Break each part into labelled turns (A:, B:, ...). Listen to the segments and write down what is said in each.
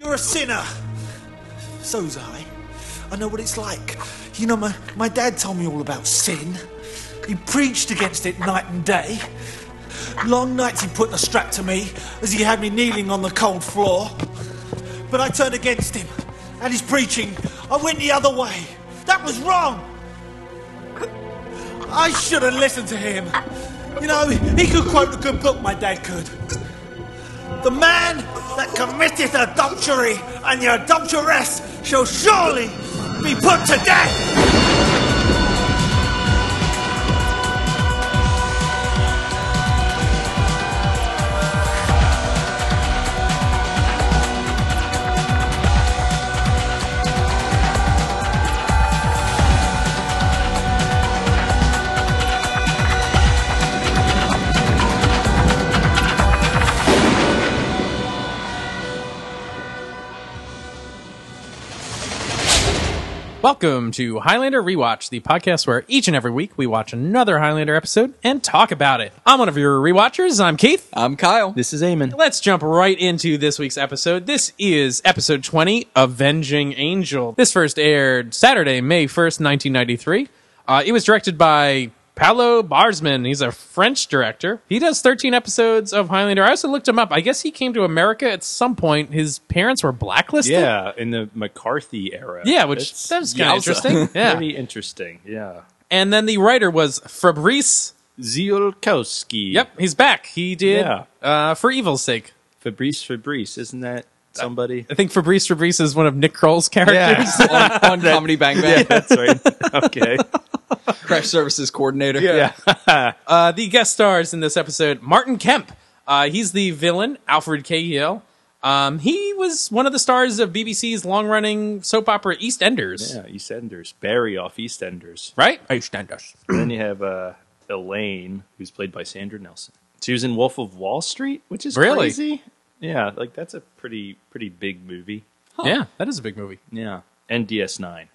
A: You're a sinner. So's I. I know what it's like. You know, my, my dad told me all about sin. He preached against it night and day. Long nights he put the strap to me as he had me kneeling on the cold floor. But I turned against him and his preaching. I went the other way. That was wrong. I should have listened to him. You know, he could quote a good book, my dad could. The man that committeth adultery and the adulteress shall surely be put to death.
B: Welcome to Highlander Rewatch, the podcast where each and every week we watch another Highlander episode and talk about it. I'm one of your rewatchers. I'm Keith.
C: I'm Kyle.
D: This is Eamon.
B: Let's jump right into this week's episode. This is episode 20, Avenging Angel. This first aired Saturday, May 1st, 1993. Uh, it was directed by Paolo Barsman. He's a French director. He does 13 episodes of Highlander. I also looked him up. I guess he came to America at some point. His parents were blacklisted.
D: Yeah, in the McCarthy era.
B: Yeah, which
D: That's
B: that's kind of
D: yowza.
B: interesting. Yeah.
D: Pretty interesting. Yeah.
B: And then the writer was Fabrice.
D: Ziolkowski.
B: Yep, he's back. He did
D: Yeah.
B: uh, for evil's sake.
D: Fabrice Fabrice, isn't
B: Uh,
D: that somebody?
B: I think Fabrice Fabrice is one of Nick Kroll's characters.
C: on, on Comedy Bang Bang,
D: That's right. Okay.
C: crash services coordinator.
D: Yeah.
B: Uh, the guest stars in this episode: Martin Kemp. Uh, he's the villain, Alfred Cahill. Um, he was one of the stars of BBC's long-running soap opera EastEnders,
D: Yeah, EastEnders. Barry off EastEnders.
B: right? EastEnders.
D: And then you have uh, Elaine, who's played by Sandra Nelson. She was in Wolf of Wall Street, which is
B: Really?
D: crazy. Yeah, like that's a pretty pretty big movie.
B: Yeah, that is a big movie.
D: Yeah. And DS9.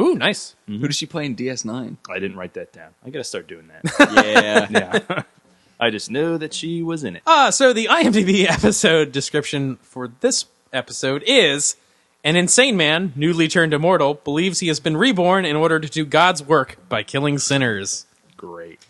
B: Ooh, nice.
C: Who does she play in DS9?
D: I didn't write that down. I got to start doing that.
C: Yeah.
D: yeah. I just know that she was in it.
B: Ah, so the IMDb episode description for this episode is an insane man, newly turned immortal, believes he has been reborn in order to do God's work by killing sinners.
D: Great.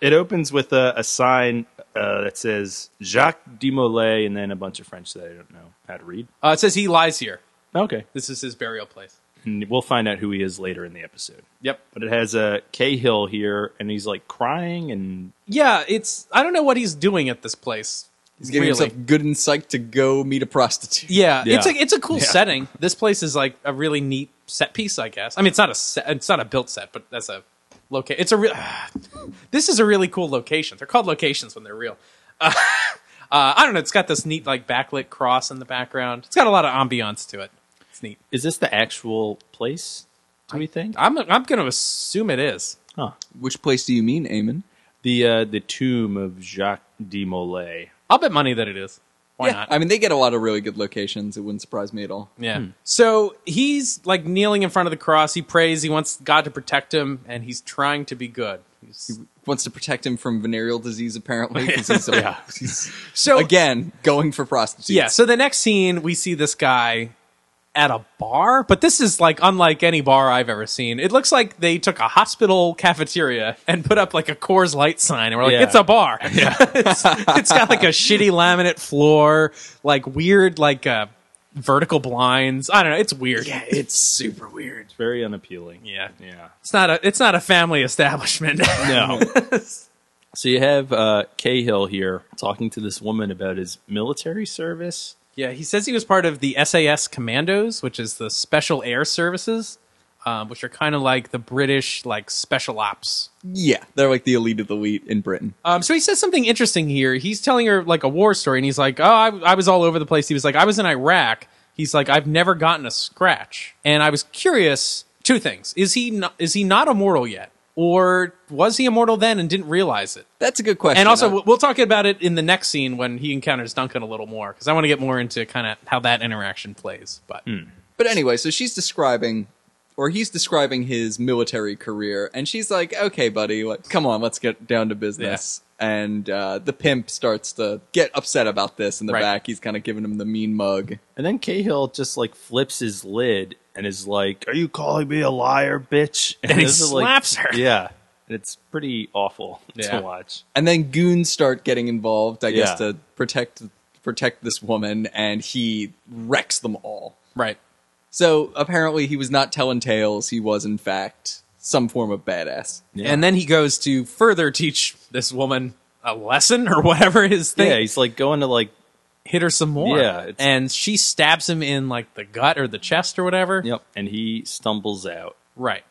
D: it opens with a, a sign uh, that says Jacques Demolay and then a bunch of French that I don't know how to read.
B: Uh, it says he lies here.
D: Okay.
B: This is his burial place.
D: And we'll find out who he is later in the episode.
B: Yep.
D: But it has a Cahill here and he's like crying and
B: Yeah, it's I don't know what he's doing at this place.
C: He's giving
B: really.
C: himself good and psych to go meet a prostitute.
B: Yeah, it's a
D: Yeah.
B: it's a cool
D: Yeah.
B: setting. This place is like a really neat set piece, I guess. I mean, it's not a set, it's not a built set, but that's a location. It's a real. this is a really cool location. They're called locations when they're real. Uh, uh, I don't know. It's got this neat like backlit cross in the background. It's got a lot of ambiance to it. It's neat.
D: is this the actual place? Do we think?
B: I'm I'm going to assume it is.
D: Huh.
C: Which place do you mean, Eamon?
D: The uh, the tomb of Jacques Demolay.
B: I'll bet money that it is. Why
C: yeah.
B: not?
C: I mean, they get a lot of really good locations. It wouldn't surprise me at all.
B: Yeah.
D: Hmm.
B: So he's like kneeling in front of the cross. He prays. He wants God to protect him, and he's trying to be good. He's,
C: Wants to protect him from venereal disease, apparently. 'cause He's a, he's,
B: so
C: again, going for prostitutes.
B: yeah. So the next scene, we see this guy at a bar, but this is like unlike any bar I've ever seen. It looks like they took a hospital cafeteria and put up like a Coors Light sign, and we're like,
D: Yeah.
B: it's a bar. Yeah. it's, it's got like a shitty laminate floor, like weird, like uh, vertical blinds. I don't know. It's weird.
C: Yeah, it's super weird.
D: It's very unappealing.
B: Yeah.
D: Yeah.
B: It's not a it's not a family establishment.
D: No. so you have uh, Cahill here talking to this woman about his military service.
B: Yeah, he says he was part of the SAS Commandos, which is the Special Air Services, um, which are kind of like the British like special ops.
C: Yeah, they're like the elite of the elite in Britain.
B: Um, so he says something interesting here. He's telling her like a war story, and he's like, "Oh, I, I was all over the place." He was like, "I was in Iraq." He's like, "I've never gotten a scratch," and I was curious. Two things: is he not, is he not immortal yet, or was he immortal then and didn't realize it?
C: That's a good question.
B: And also,
C: I-
B: we'll- we'll talk about it in the next scene when he encounters Duncan a little more, because I want to get more into kind of how that interaction plays. But
C: But anyway, so she's describing, or he's describing his military career, and she's like, "Okay, buddy, like, come on, let's get down to business." And uh, the pimp starts to get upset about this in the
B: Right.
C: back. He's kind of giving him the mean mug.
D: And then Cahill just like flips his lid and is like, "Are you calling me a liar, bitch?"
B: And he
D: this is,
B: slaps her.
D: Yeah, and it's pretty awful
B: Yeah.
D: to watch.
C: And then goons start getting involved, I guess,
D: Yeah.
C: to protect protect this woman, and he wrecks them all.
B: Right.
C: So apparently, he was not telling tales. He was, in fact, some form of badass.
B: And then he goes to further teach this woman a lesson or whatever his thing.
D: yeah, he's like going to like,
B: hit her some more.
D: Yeah, it's-
B: And she stabs him in like the gut or the chest or whatever.
D: yep, and he stumbles out.
B: Right.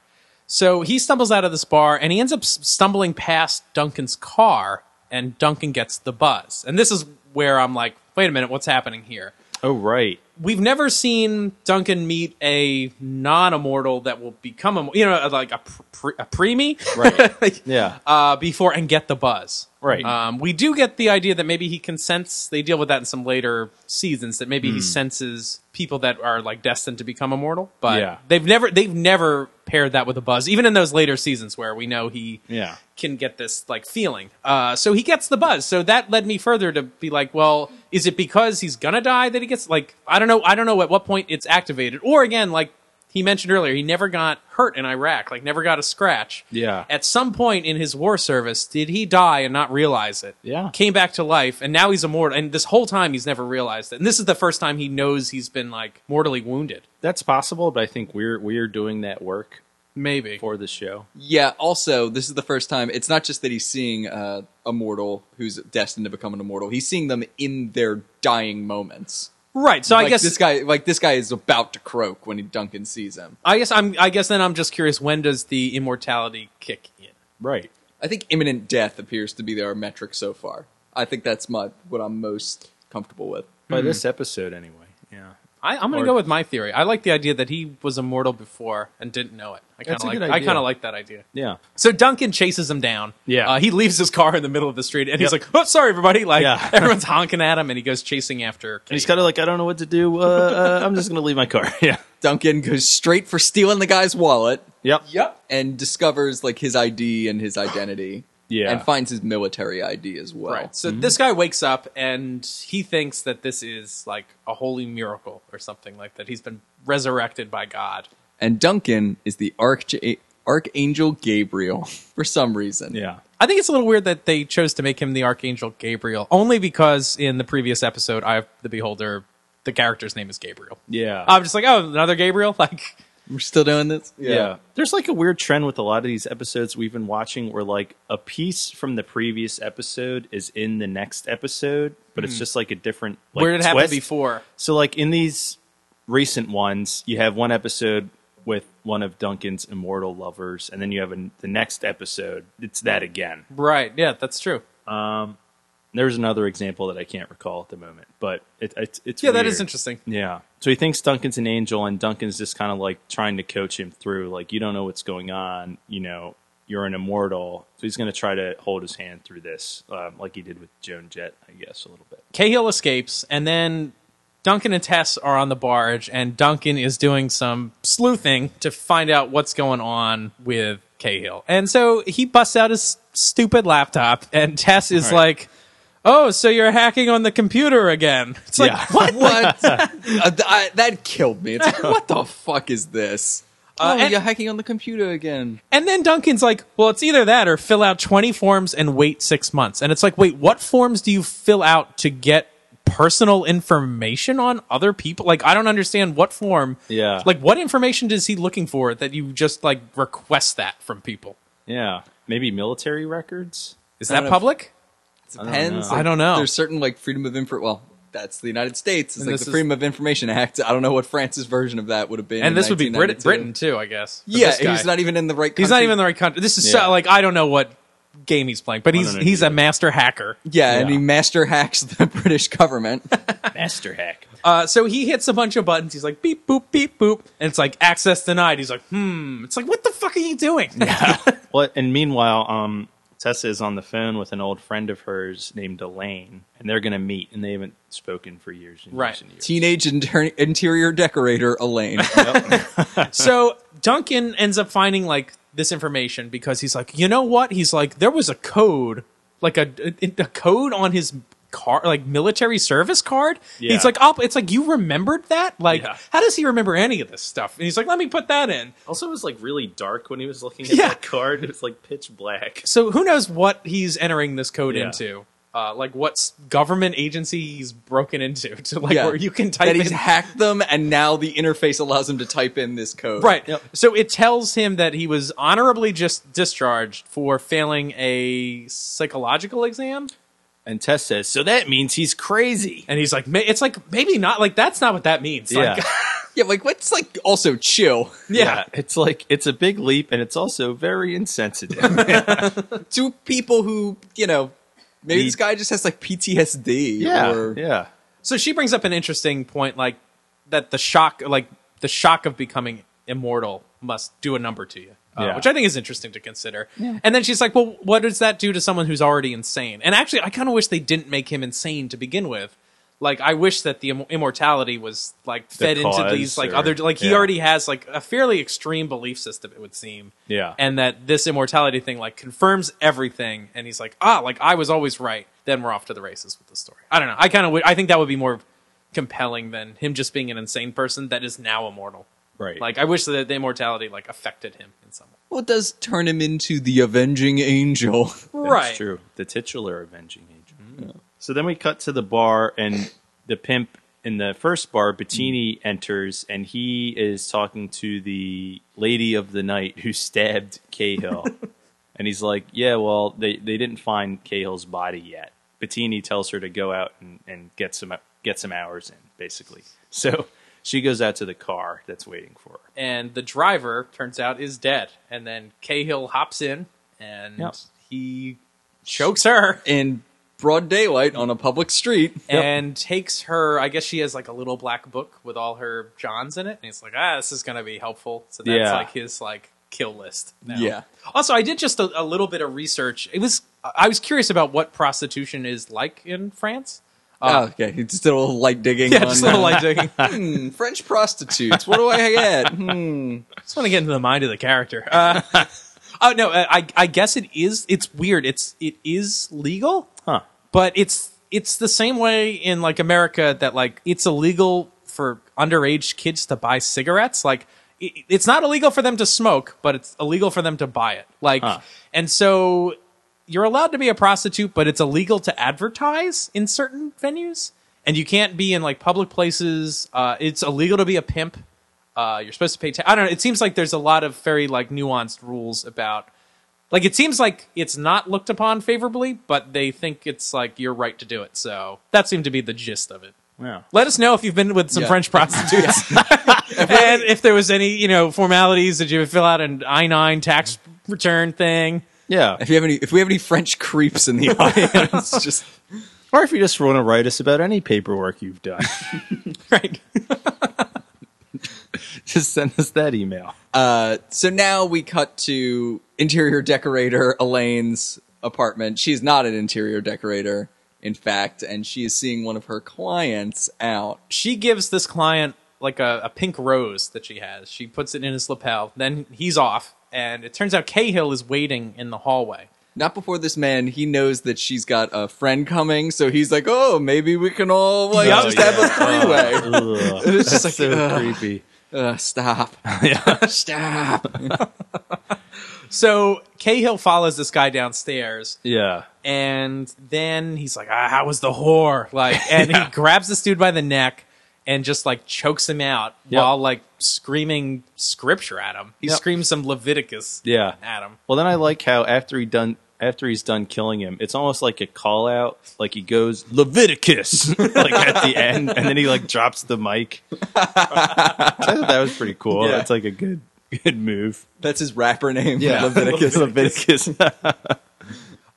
B: So he stumbles out of this bar and he ends up s- stumbling past Duncan's car and Duncan gets the buzz. And this is where I'm like, wait a minute, what's happening here?
D: Oh right,
B: We've never seen Duncan meet a non-immortal that will become a, you know, like a pre- a preemie,
D: Right.
B: Like,
D: yeah,
B: uh, before and get the buzz.
D: Right.
B: Um, we do get the idea that maybe he can sense. They deal with that in some later seasons. That maybe he
D: Hmm.
B: senses people that are like destined to become immortal. But
D: Yeah.
B: they've never they've never paired that with a buzz. Even in those later seasons where we know he
D: Yeah.
B: can get this like feeling. Uh, so he gets the buzz. So that led me further to be like, well, is it because he's gonna die that he gets like I don't know I don't know at what point it's activated. Or again like. He mentioned earlier he never got hurt in Iraq, like never got a scratch
D: Yeah.
B: at some point in his war service, did he die and not realize it?
D: Yeah.
B: Came back to life, and now he's immortal. And this whole time, he's never realized it. And this is the first time he knows he's been, like, mortally wounded.
D: that's possible. But I think we're we're doing that work
B: Maybe.
D: for the show.
C: Yeah. Also, this is the first time. It's not just that he's seeing uh, a mortal who's destined to become an immortal. He's seeing them in their dying moments.
B: right. So
C: like
B: I guess
C: this guy, like this guy, is about to croak when he, Duncan sees him.
B: I guess I'm. I guess then I'm just curious. When does the immortality kick in?
D: Right.
C: I think imminent death appears to be our metric so far. I think that's my what I'm most comfortable with.
D: By
B: Hmm.
D: this episode, anyway. Yeah.
B: I, I'm going
D: Or-
B: to go with my theory. I like the idea that he was immortal before and didn't know it. I kind
D: That's
B: of
D: a
B: like.
D: good
B: I
D: idea.
B: kind of like that idea.
D: Yeah.
B: So Duncan chases him down.
D: Yeah.
B: Uh, he leaves his car in the middle of the street and he's
D: Yep.
B: like, oh, sorry, everybody. Like,
D: Yeah.
B: everyone's honking at him and he goes chasing after.
D: And he's
B: Kate.
D: kind of like, I don't know what to do. Uh, uh, I'm just gonna leave my car. Yeah.
C: Duncan goes straight for stealing the guy's wallet.
D: Yep.
C: Yep. And discovers like his ID and his identity.
D: Yeah.
C: And finds his military ID as well.
B: Right. So
D: Mm-hmm.
B: this guy wakes up and he thinks that this is like a holy miracle or something like that. He's been resurrected by God.
C: And Duncan is the Arch- Archangel Gabriel for some reason.
D: Yeah.
B: I think it's a little weird that they chose to make him the Archangel Gabriel, only because in the previous episode, I the Beholder, the character's name is Gabriel.
D: Yeah.
B: I'm just like, oh, another Gabriel. Like,
C: We're still doing this?
D: Yeah. There's like a weird trend with a lot of these episodes we've been watching where like a piece from the previous episode is in the next episode, but it's just like a different
B: Hmm.
D: like
B: where did it happen
D: twist.
B: before?
D: So like in these recent ones, you have one episode with one of Duncan's immortal lovers and then you have an, the next episode it's
B: Hmm.
D: that again.
B: Right. Yeah, that's true.
D: There's another example that I can't recall at the moment, but it, it's it's
B: Yeah, that is
D: weird.
B: interesting.
D: Yeah. So he thinks Duncan's an angel, and Duncan's just kind of like trying to coach him through, like, you don't know what's going on. You know, you're an immortal. So he's going to try to hold his hand through this, um, like he did with Joan Jett, I guess, a little bit.
B: Cahill escapes, and then Duncan and Tess are on the barge, and Duncan is doing some sleuthing to find out what's going on with Cahill. And so he busts out his stupid laptop, and Tess is
D: Right.
B: like, Oh, so you're hacking on the computer again. It's like,
D: Yeah.
B: what?
C: What? Uh, th- I- that killed me. It's like, what the fuck is this?
B: Uh,
C: oh,
B: and-
C: you're hacking on the computer again.
B: And then Duncan's like, well, it's either that or fill out 20 forms and wait six months. And it's like, wait, what forms do you fill out to get personal information on other people? Like, I don't understand what form.
D: Yeah.
B: Like, what information is he looking for that you just, like, request that from people?
D: Yeah. Maybe military records?
B: Is
C: I don't
B: that
C: know.
B: public?
D: I don't
C: Pens?
D: know.
B: I don't know.
C: Uh, There's certain like freedom of info. Well, that's the United States. It's
B: And
C: like
B: this
C: the
B: is-
C: Freedom of Information Act. I don't know what France's version of that would have been.
B: And
C: in
B: this would be Brit-
C: 1992.
B: Britain, too, I guess. for
C: Yeah,
B: this guy.
C: he's not even in the right. Country.
B: He's not even in the right country. This is
D: Yeah.
B: so, like, I don't know what game he's playing, but he's,
D: don't know
B: he's a master hacker.
C: Yeah, and
D: Yeah.
C: he master hacks the British government.
D: Master hack.
B: Uh, so he hits a bunch of buttons. He's like beep boop beep boop, and it's like access denied. He's like, hmm. It's like, what the fuck are you doing?
D: Well, and meanwhile, um, Tessa is on the phone with an old friend of hers named Elaine, and they're going to meet, and they haven't spoken for years and
B: Right.
D: years and years.
C: Teenage inter- interior decorator Elaine.
B: so Duncan ends up finding like this information because he's like, you know what? He's like, there was a code, like a a, a code on his car, like military service card.
D: Yeah.
B: He's like, oh, it's like you remembered that. Like,
D: Yeah.
B: how does he remember any of this stuff? And he's like, let me put that in.
D: Also, it was like really dark when he was looking at
B: Yeah.
D: that card. It was like pitch black.
B: So who knows what he's entering this code
D: Yeah.
B: into? Uh, like what s- government agency he's broken into to like
C: Yeah.
B: where you can type
C: That
B: in
C: he's hacked them, and now the interface allows him to type in this code.
B: Right. So it tells him that he was honorably just discharged for failing a psychological exam,
D: And Tess says, "So that means he's crazy."
B: and he's like, "Ma- "It's like maybe not like that's not what that means." Like,
D: Yeah.
C: Yeah, like what's like also chill.
D: Yeah. it's like it's a big leap, and it's also very insensitive.
C: Two people who you know, maybe
D: Need-
C: this guy just has like PTSD. or,
D: yeah.
B: so she brings up an interesting point, like that the shock, like the shock of becoming immortal, must do a number to you. Uh,
D: Yeah.
B: Which I think is interesting to consider. And then she's like, well, what does that do to someone who's already insane? And actually, I kind of wish they didn't make him insane to begin with. Like, I wish that the Im- immortality was, like, fed into
D: cause
B: these, like,
D: or-
B: other, like, he
D: yeah.
B: already has, like, a fairly extreme belief system, it would seem.
D: Yeah.
B: And that this immortality thing, like, confirms everything. And he's like, ah, like, I was always right. Then we're off to the races with the story. I don't know. I kind of would, I think that would be more compelling than him just being an insane person that is now immortal.
D: Right.
B: Like I wish that the immortality like affected him in some way.
C: Well, it does turn him into the avenging angel.
D: That's true. The titular avenging angel. So then we cut to the bar, and the pimp in the first bar, Bettini, enters, and he is talking to the lady of the night who stabbed Cahill. and he's like, Yeah, well, they, they didn't find Cahill's body yet. Bettini tells her to go out and, and get some get some hours in, basically. So she goes out to the car that's waiting for her.
B: And the driver turns out is dead. And then Cahill hops in and
D: Yep.
B: he chokes her
C: in broad daylight on a public street.
B: and takes her. I guess she has like a little black book with all her Johns in it. And he's like, ah, this is gonna be helpful. So that's
D: Yeah.
B: like his like kill list. now.
C: Yeah.
B: Also, I did just a, a little bit of research. It was I was curious about what prostitution is like in France.
C: Oh, okay, he's still light digging.
B: Uh. Yeah,
C: on
B: just a little
C: uh,
B: like digging.
C: hmm, French prostitutes. What do I get? Hmm.
B: just want to get into the mind of the character. Uh, oh no, I I guess it is. It's weird. It's it is legal,
D: Huh.
B: but it's it's the same way in like America that like it's illegal for underage kids to buy cigarettes. Like it, it's not illegal for them to smoke, but it's illegal for them to buy it. Like
D: Huh.
B: and so you're allowed to be a prostitute, but it's illegal to advertise in certain venues. And you can't be in like public places. Uh, it's illegal to be a pimp. Uh, you're supposed to pay. Ta- I don't know. It seems like there's a lot of very like nuanced rules about. Like it seems like it's not looked upon favorably, but they think it's like your right to do it. So that seemed to be the gist of it.
D: Wow.
B: Let us know if you've been with some
C: Yeah.
B: French prostitutes, and if there was any you know formalities that you would fill out an I nine tax return thing.
D: Yeah.
C: If you have any, if we have any French creeps in the audience, just
D: Or if you just want to write us about any paperwork you've done,
B: Right.
D: just send us that email.
C: Uh, so now we cut to interior decorator Elaine's apartment. She's not an interior decorator, in fact, and she is seeing one of her clients out.
B: she gives this client like a, a pink rose that she has. She puts it in his lapel. Then he's off, and it turns out Cahill is waiting in the hallway.
C: Not before this man, he knows that she's got a friend coming, so he's like, "Oh, maybe we can all like
B: Yeah,
C: just
B: yeah.
C: have a three way."
D: Oh, Ugh.
C: it's just like,
D: so
C: "Ugh,
D: creepy.
C: ugh, Uh, stop, stop.
B: So Cahill follows this guy downstairs,
D: Yeah.
B: and then he's like, ah, "How was the whore?" Like, and he grabs this dude by the neck and just like chokes him out
D: Yep.
B: while like screaming scripture at him. He
D: Yep.
B: screams some Leviticus
D: Yeah.
B: at him.
D: Well, then I like how after he done after he's done killing him, it's almost like a call out. Like he goes Leviticus, like at the end, and then he like drops the mic. I thought that was pretty cool.
C: Yeah.
D: That's like a good good move.
C: That's his rapper name, Leviticus.
D: Leviticus.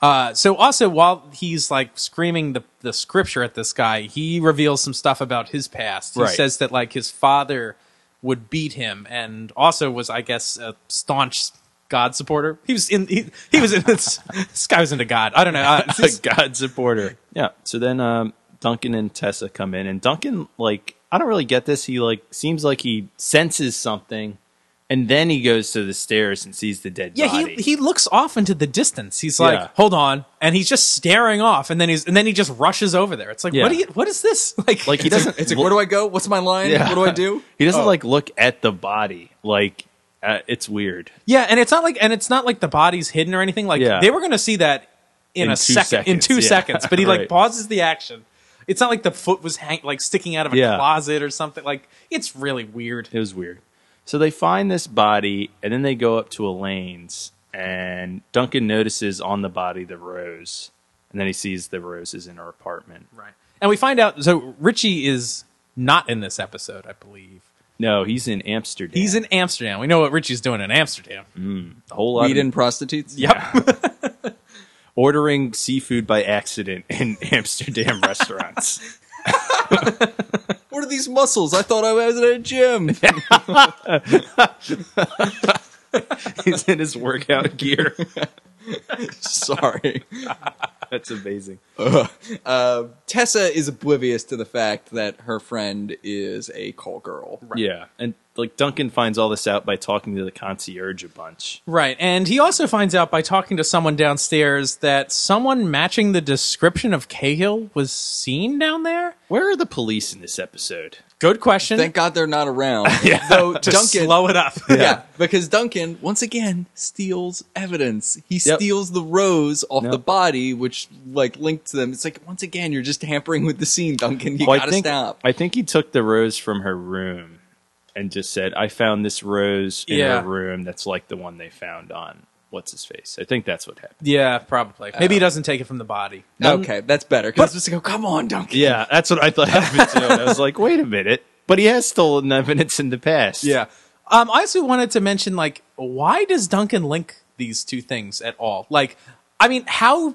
B: Uh, so also while he's like screaming the, the scripture at this guy, he reveals some stuff about his past. He
D: Right.
B: says that like his father would beat him and also was, I guess, a staunch God supporter. He was in, he, he was in, this, this guy was into God. I don't know. Uh, it's
D: a
B: just-
D: god supporter. Yeah. So then um, Duncan and Tessa come in, and Duncan like I don't really get this. He like seems like he senses something, and And then he goes to the stairs and sees the dead
B: Yeah,
D: body.
B: he, he looks off into the distance. He's like,
D: Yeah.
B: "Hold on," and he's just staring off, and then he's and then he just rushes over there. It's like,
D: Yeah.
B: what? Do you, what is this? Like,
D: like he doesn't.
C: It's like, where do I go? What's my line?
D: Yeah.
C: What do I do? Oh.
D: He doesn't like look at the body. Like uh, it's weird.
B: yeah, and it's not like and it's not like the body's hidden or anything. Like
D: Yeah.
B: they were going to see that in,
D: In
B: a
D: two
B: second, in
D: seconds,
B: two
D: yeah.
B: seconds, but he like
D: Right.
B: pauses the action. It's not like the foot was hang like sticking out of a
D: Yeah.
B: closet or something. Like it's really weird.
D: It was weird. So they find this body, and then they go up to Elaine's, and Duncan notices on the body the rose, and then he sees the rose is in her apartment.
B: Right. And we find out so Richie is not in this episode, I believe.
D: No, he's in Amsterdam.
B: He's in Amsterdam. We know what Richie's doing in Amsterdam.
D: a whole lot
C: Weed
D: of
C: and prostitutes?
D: ordering seafood by accident in Amsterdam restaurants.
C: What are these muscles? I thought I was at a gym.
D: he's in his workout gear.
C: Sorry.
D: That's amazing.
C: Tessa is oblivious to the fact that her friend is a call girl.
D: Yeah, and like Duncan finds all this out by talking to the concierge a bunch.
B: Right. And he also finds out by talking to someone downstairs that someone matching the description of Cahill was seen down there.
D: Where are the police in this episode?
B: Good question.
C: Thank God they're not around. Though
B: to
C: Duncan,
B: slow it up.
C: yeah. because Duncan once again steals evidence. He
D: Yep.
C: steals the rose off
D: Yep.
C: the body, which like linked to them. It's like once again you're just tampering with the scene, Duncan. You
D: Well,
C: gotta
D: I think,
C: stop.
D: I think he took the rose from her room and just said, "I found this rose in
B: Yeah.
D: her room. That's like the one they found on what's his face." I think that's what happened.
B: yeah, probably. Maybe he doesn't take it from the body.
C: okay, that's better. Because just go, come on, Duncan.
D: Yeah, that's what I thought happened too. And I was like, "Wait a minute!" But he has stolen evidence in the past.
B: Um, I also wanted to mention, like, why does Duncan link these two things at all? Like, I mean, how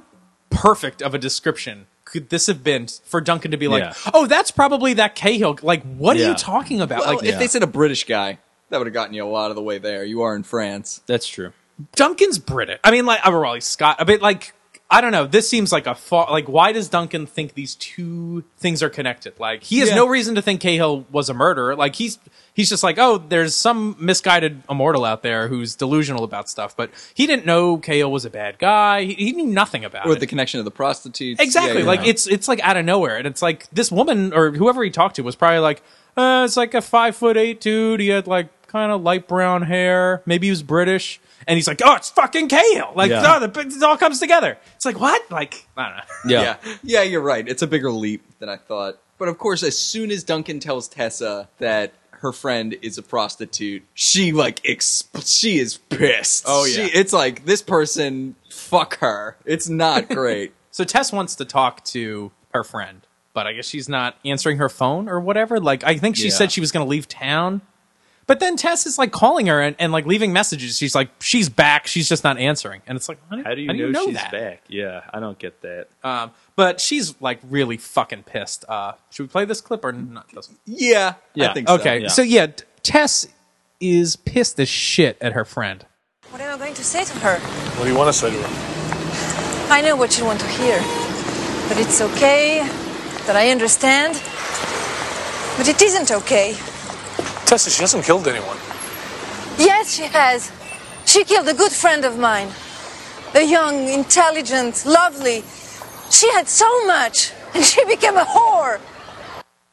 B: perfect of a description could this have been for Duncan to be like,
D: Yeah.
B: oh, that's probably that Cahill? Like, what are
D: Yeah.
B: you talking about?
C: Well,
B: like,
C: if they said a British guy, that would have gotten you a lot of the way there. You are in France.
D: that's true.
B: Duncan's British. I mean, like, overall, he's Scott. I mean, like, I don't know. This seems like a fa- like. Why does Duncan think these two things are connected? Like, he has
C: Yeah.
B: no reason to think Cahill was a murderer. Like, he's he's just like, oh, there's some misguided immortal out there who's delusional about stuff. But he didn't know Cahill was a bad guy. He, he knew nothing about
C: Or
B: it.
C: the connection of the prostitutes.
B: Exactly.
C: Yeah,
B: like
C: yeah.
B: it's it's like out of nowhere, and it's like this woman or whoever he talked to was probably like, uh, it's like a five foot eight dude. He had like kind of light brown hair. Maybe he was British, and he's like, oh, it's fucking kale. Like,
D: Yeah.
B: oh, the, it all comes together. It's like what? Like I don't know.
C: yeah. yeah, you're right. It's a bigger leap than I thought. But of course, as soon as Duncan tells Tessa that her friend is a prostitute, she like exp- she is pissed.
B: Oh, yeah.
C: she, it's like this person fuck her. It's not great.
B: So Tess wants to talk to her friend, but I guess she's not answering her phone or whatever. Like I think she
D: Yeah.
B: said she was going to leave town. But then Tess is like calling her and, and like leaving messages. She's like, she's back. She's just not answering. And it's like,
D: How do you, know, she's
B: that?
D: back? Yeah, I don't get that.
B: Um, but she's like really fucking pissed. Uh, should we play this clip or not? This one?
C: Yeah,
D: Yeah,
C: I think so.
B: Okay,
D: yeah.
B: so yeah, t- Tess is pissed as shit at her friend.
E: What am I going to say to her?
F: What do you want to say to her?
E: I know what you want to hear. But it's okay, that I understand. But it isn't okay.
F: Tessa, she hasn't killed anyone.
E: Yes, she has. She killed a good friend of mine. A young, intelligent, lovely. She had so much, and she became a whore.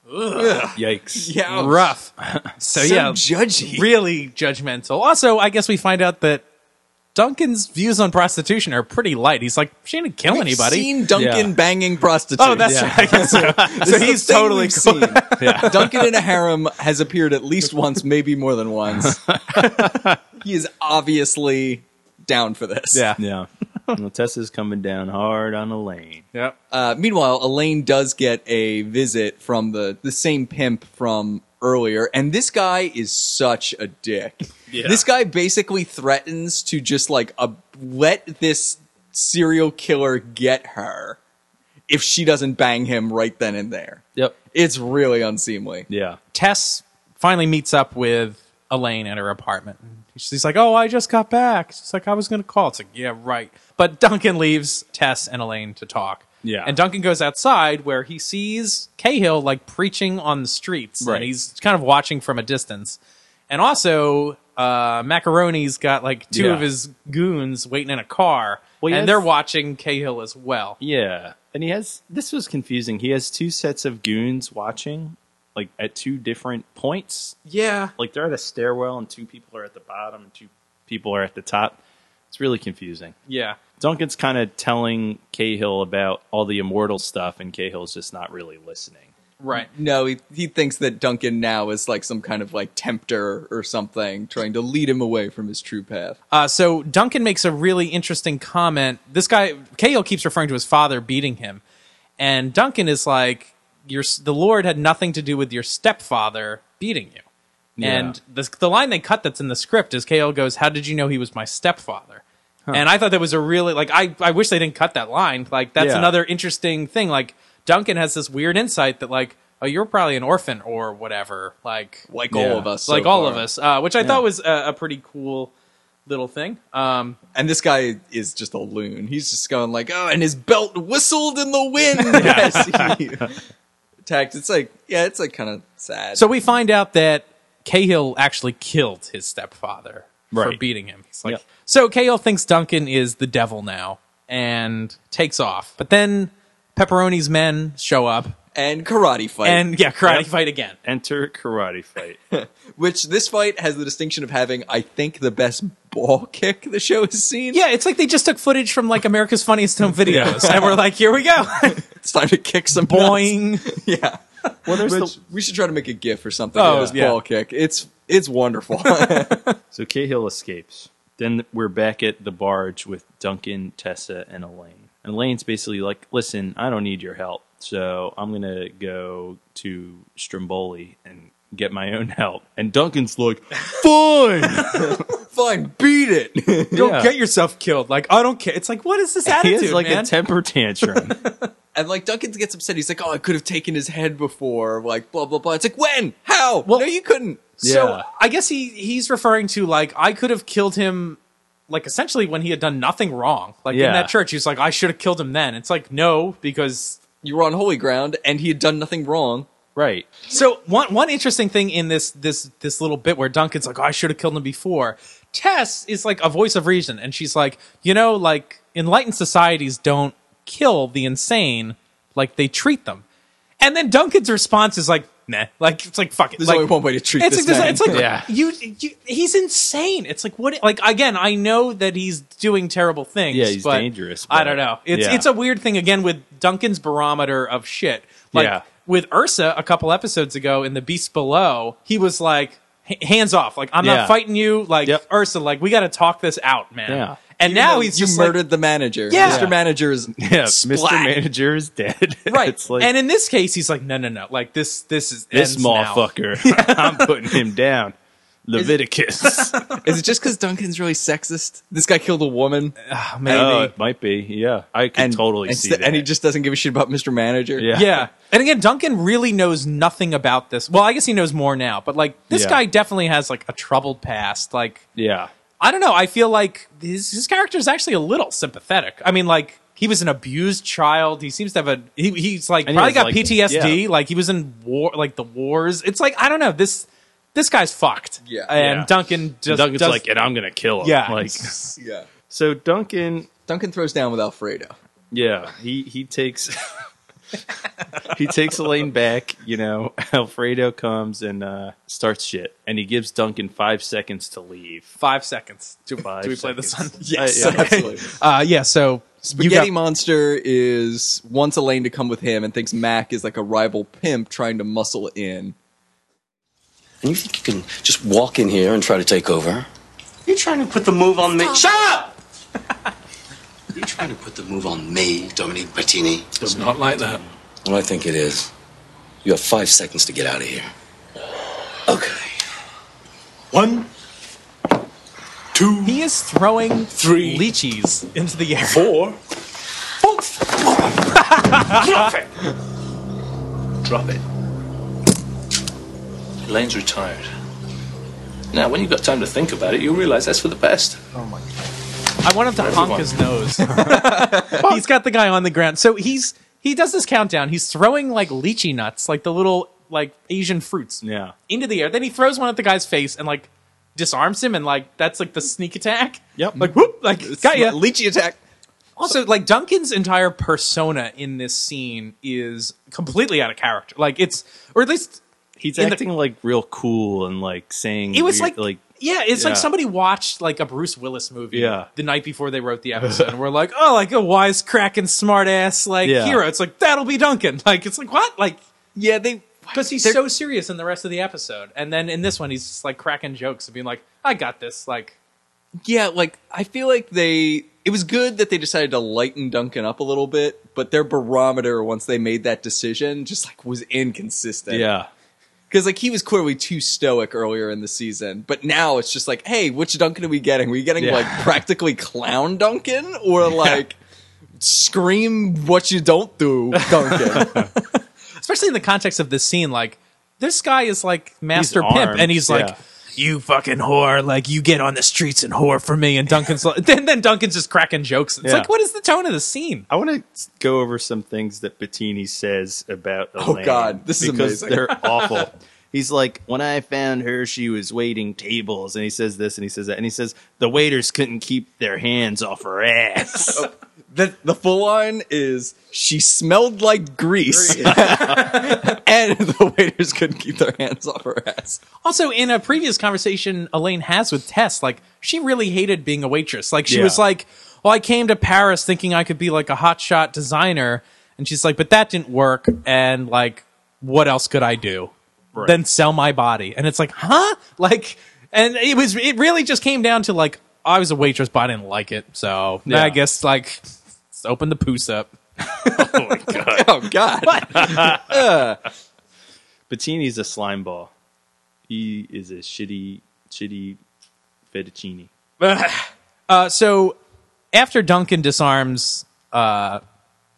D: Yikes!
C: Yeah,
B: Rough. So,
C: so
B: yeah,
C: judgy.
B: really judgmental. Also, I guess we find out that Duncan's views on prostitution are pretty light. He's like, she didn't kill anybody.
C: Seen Duncan
D: Yeah.
C: banging prostitutes.
B: oh, that's
D: Yeah.
B: right. I guess so. so he's totally cool.
C: seen. Duncan in a harem has appeared at least once, maybe more than once. he is obviously down for this.
D: yeah. Well, Tessa's coming down hard on Elaine.
B: Yep.
C: Uh, meanwhile, Elaine does get a visit from the the same pimp from earlier, and this guy is such a dick.
D: Yeah.
C: This guy basically threatens to just like a, let this serial killer get her if she doesn't bang him right then and there.
D: Yep.
C: It's really unseemly.
D: Yeah.
B: Tess finally meets up with Elaine at her apartment. She's like, "Oh, I just got back." She's like, "I was going to call." It's like, "Yeah, right." But Duncan leaves Tess and Elaine to talk.
D: Yeah.
B: And Duncan goes outside where he sees Cahill like preaching on the streets,
D: Right.
B: and he's kind of watching from a distance. And also, uh, Macaroni's got like two
D: Yeah.
B: of his goons waiting in a car,
D: Well, he
B: and
D: has-
B: they're watching Cahill as well.
D: Yeah, and he has this was confusing. He has two sets of goons watching, like at two different points.
B: Yeah,
D: Like they're at a stairwell, and two people are at the bottom, and two people are at the top. It's really confusing.
B: yeah.
D: Duncan's kind of telling Cahill about all the immortal stuff, and Cahill's just not really listening.
B: Right.
C: No, he, he thinks that Duncan now is like some kind of like tempter or something, trying to lead him away from his true path.
B: Uh, so Duncan makes a really interesting comment. This guy Cahill keeps referring to his father beating him, and Duncan is like, "Your the Lord had nothing to do with your stepfather beating you." And the the line they cut that's in the script is Cahill goes, "How did you know he was my stepfather?" And I thought that was a really like I I wish they didn't cut that line. Like that's
D: Yeah.
B: another interesting thing. Like Duncan has this weird insight that like. Oh, you're probably an orphan or whatever. Like,
C: Like
D: Yeah.
C: all of us. so
B: like all
C: far.
B: of us, uh, which I thought was a, a pretty cool little thing. Um,
C: And this guy is just a loon. He's just going like, oh, and his belt whistled in the wind as he attacked. It's like, yeah, it's like kind of sad.
B: so we find out that Cahill actually killed his stepfather for
D: Right.
B: beating him. He's like,
D: Yep.
B: So Cahill thinks Duncan is the devil now and takes off. But then Pepperoni's men show up
C: and karate fight.
B: and yeah, karate
D: Yep.
B: fight again.
D: Enter karate fight.
C: which this fight has the distinction of having, I think, the best ball kick the show has seen.
B: Yeah, it's like they just took footage from like America's Funniest Home Videos, and we're like, here we go,
C: It's time to kick some nuts.
B: boing.
C: Yeah. Well, there's
D: Which-
C: we should try to make a GIF or something
B: Oh,
C: of this
B: yeah.
C: ball kick. It's it's wonderful.
D: so Cahill escapes. Then we're back at the barge with Duncan, Tessa, and Elaine. And Elaine's basically like, "Listen, I don't need your help, so I'm gonna go to Stromboli and get my own help." And Duncan's like, "Fine."
C: Fine, beat it.
B: Go
D: Yeah.
B: get yourself killed. Like I don't care. It's like what is this
D: he
B: attitude,
D: has like
B: man?
D: a temper tantrum.
C: and like Duncan gets upset. He's like, "Oh, I could have taken his head before." Like blah blah blah. It's like when? How? Well, no, you couldn't.
B: So
D: Yeah.
B: I guess he he's referring to like I could have killed him like essentially when he had done nothing wrong. Like in
D: Yeah.
B: that church, he was like, I should have killed him then. It's like no, because
C: You were on holy ground, and he had done nothing wrong.
D: right.
B: so one one interesting thing in this this this little bit where Duncan's like, oh, I should have killed him before. Tess is like a voice of reason, and she's like, you know, like enlightened societies don't kill the insane like they treat them. And then Duncan's response is like, nah, like it's like fuck it.
C: There's
B: like,
C: only one way to treat
B: it's
C: this.
B: like,
C: man.
B: It's like
D: Yeah.
B: you, you. He's insane. It's like what? Like again, I know that he's doing terrible things.
D: Yeah, he's
B: but
D: dangerous,
B: I
D: but-
B: don't know. It's
D: Yeah.
B: it's a weird thing again with Duncan's barometer of shit. Like
D: Yeah.
B: with Ursa a couple episodes ago in The Beast Below, he was like "H- hands off. Like I'm
D: Yeah.
B: not fighting you. Like
D: Yep.
B: Ursa, like we got to talk this out, man.
D: Yeah.
B: And
C: You
B: now
C: know,
B: he's
C: you
B: just like-
C: murdered the manager.
B: Yeah.
C: Mr. Manager is
D: Yeah, Mr.
C: Splat.
D: Manager is dead.
B: right.
D: it's like,
B: and in this case, he's like, no, no, no. Like this, this is
D: this
B: ends now."
D: motherfucker, I'm putting him down. Leviticus.
C: Is it just because Duncan's really sexist? This guy killed a woman,
B: Maybe.
D: Oh, it might be. Yeah, I could
C: and
D: totally
C: and
D: see
C: st-
D: that.
C: and he just doesn't give a shit about Mr. Manager.
D: Yeah.
B: yeah. And again, Duncan really knows nothing about this. Well, I guess he knows more now, but like this
D: Yeah.
B: guy definitely has like a troubled past. Like
D: yeah,
B: I don't know. I feel like his his character is actually a little sympathetic. I mean, like he was an abused child. He seems to have a he, he's like
D: And he
B: probably
D: was,
B: got
D: like,
B: PTSD.
D: yeah.
B: Like he was in war, like the wars. It's like I don't know. This this guy's fucked.
C: Yeah.
B: And
D: Yeah.
B: Duncan just
D: Duncan's
B: does-
D: like, and I'm gonna kill him.
B: Yeah.
D: like
C: Yeah.
D: so. Duncan,
C: Duncan throws down with Alfredo.
D: yeah, he he takes he takes Elaine back. You know, Alfredo comes and uh, starts shit, and he gives Duncan five seconds to leave.
B: five seconds. Do,
D: Five
B: do we play this one?
D: seconds.
C: Yes,
D: Uh, yeah.
C: absolutely.
B: Uh, yeah. So you
C: Spaghetti
B: got-
C: Monster is wants Elaine to come with him and thinks Mac is like a rival pimp trying to muscle in.
G: And you think you can just walk in here and try to take over? You're trying to put the move on me. Shut up! You're trying to put the move on me, Dominique Bertini.
F: It's not like that.
G: Well, I think it is. You have five seconds to get out of here. Okay.
F: One, two,
B: He is throwing
F: Three.
B: lychees into the air.
F: four. Drop it. Drop it. Elaine's retired. Now, when you've got time to think about it, you'll realize that's for the best.
B: I want him to honk his nose. he's got the guy on the ground. So he's he does this countdown. He's throwing like lychee nuts, like the little like Asian fruits,
D: Yeah.
B: into the air. Then he throws one at the guy's face and like disarms him, and like that's like the sneak attack.
D: Yep.
B: Like whoop, like got ya.
C: Lychee attack.
B: Also, like Duncan's entire persona in this scene is completely out of character. Like it's, or at least
D: He's
B: In the-
D: acting like real cool and like saying
B: it was like
D: weird-
B: like yeah it's
D: Yeah.
B: like somebody watched like a bruce willis movie
D: Yeah.
B: the night before they wrote the episode and we're like oh like a wise cracking smart ass like
D: Yeah.
B: hero it's like that'll be duncan like it's like what like
C: Yeah, they.
B: because he's
C: They're-
B: so serious in the rest of the episode and then in this one he's just like cracking jokes and being like i got this like
C: Yeah, like I feel like they. It was good that they decided to lighten Duncan up a little bit, but their barometer once they made that decision just like was inconsistent.
D: yeah.
C: because like he was clearly too stoic earlier in the season, but now it's just like, hey, which Duncan are we getting? Are we getting
D: Yeah.
C: like practically clown Duncan or like scream what you don't do Duncan?
B: especially in the context of this scene like this guy is like master
D: He's
B: pimp
D: armed,
B: and he's like
D: yeah.
B: You fucking whore! Like you get on the streets and whore for me, and Duncan's like, then then Duncan's just cracking jokes. It's
D: Yeah.
B: like, what is the tone of the scene?
D: I want to go over some things that Bettini says about Elaine.
C: Oh, God, this is
D: because
C: amazing.
D: they're awful. He's like, when I found her, she was waiting tables, and he says this and he says that, and he says the waiters couldn't keep their hands off her ass.
C: Oh. the the full line is she smelled like grease, and the waiters couldn't keep their hands off her ass.
B: Also, in a previous conversation Elaine has with Tess, like she really hated being a waitress. Like she
D: Yeah.
B: was like, "Well, I came to Paris thinking I could be like a hotshot designer," and she's like, "But that didn't work." And like, what else could I do?
D: Right.
B: Then sell my body? And it's like, huh? Like, and it was it really just came down to like I was a waitress, but I didn't like it, so
D: Yeah.
B: I guess like let's open the poos up.
D: oh my god,
C: Oh God!
D: Bettini's a slime ball. He is a shitty, shitty fettuccine.
B: Uh, so after Duncan disarms uh,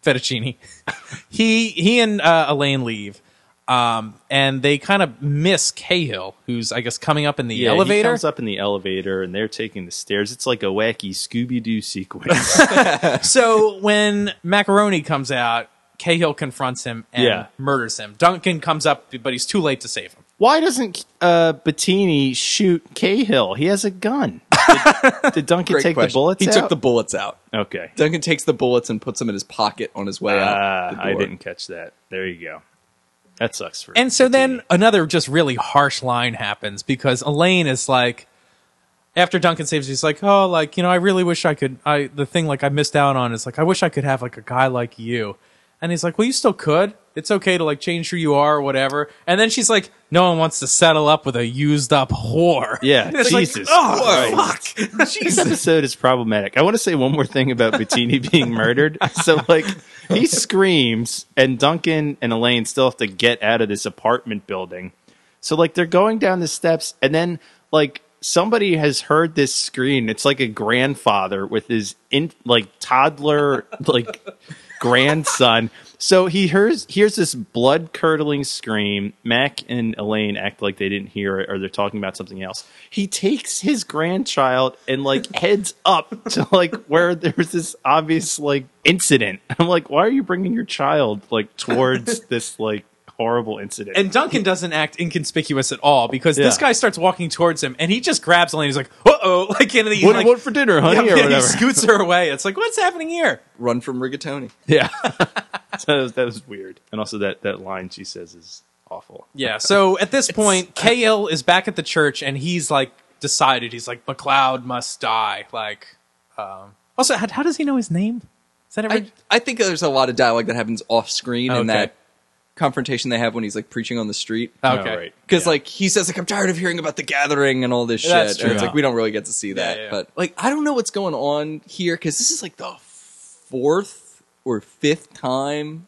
B: Fettuccini, he he and uh, Elaine leave, um, and they kind of miss Cahill, who's I guess coming up in the
D: Yeah,
B: elevator.
D: He comes up in the elevator, and they're taking the stairs. It's like a wacky Scooby Doo sequence.
B: so when Macaroni comes out, Cahill confronts him and
D: Yeah.
B: murders him. Duncan comes up, but he's too late to save him.
D: Why doesn't uh, Bettini shoot Cahill? He has a gun. Did, did Duncan
C: Great
D: take
C: question.
D: the bullets?
C: He took
D: out?
C: the bullets out.
D: Okay.
C: Duncan takes the bullets and puts them in his pocket on his way out.
D: Uh,
C: the
D: I
C: door.
D: didn't catch that. There you go. That sucks for.
B: And so then
D: Bettini.
B: another just really harsh line happens because Elaine is like, after Duncan saves, her, she's like, oh, like you know, I really wish I could. I the thing like I missed out on is like I wish I could have like a guy like you. And he's like, well, you still could. It's okay to like change who you are or whatever. And then she's like, no one wants to settle up with a used up whore.
D: Yeah,
B: It's like,
D: Jesus
B: oh, fuck.
D: this episode is problematic. I want to say one more thing about Bettini being murdered. So like he screams, and Duncan and Elaine still have to get out of this apartment building. So like they're going down the steps, and then like somebody has heard this scream. It's like a grandfather with his in like toddler like grandson. So he hears hears this blood curdling scream. Mac and Elaine act like they didn't hear it or they're talking about something else. He takes his grandchild and like heads up to like where there's this obvious like incident. I'm like, why are you bringing your child like towards this like horrible incident?
B: And Duncan doesn't act inconspicuous at all because this
D: Yeah.
B: guy starts walking towards him and he just grabs Elaine. He's like, uh oh, like, and he,
D: what,
B: like,
D: what for dinner, honey,
B: Yeah,
D: or
B: yeah,
D: whatever?
B: He scoots her away. It's like, what's happening here?
C: Run from rigatoni.
D: yeah, that, was, that was weird. And also that that line she says is awful.
B: Yeah. So at this point, Kale is back at the church, and he's like decided. He's like, McLeod must die. Like, um, also, how, how does he know his name? Is that ever?
C: I, I think there's a lot of dialogue that happens off screen in
B: Okay.
C: that confrontation they have when he's like preaching on the street.
B: okay.
D: Oh, right.
C: Because like he says like I'm tired of hearing about the gathering and all this shit.
B: That's
C: And
B: true.
C: it's like we don't really get to see that.
B: yeah, yeah.
C: But like I don't know what's going on here because this is like the fourth or fifth time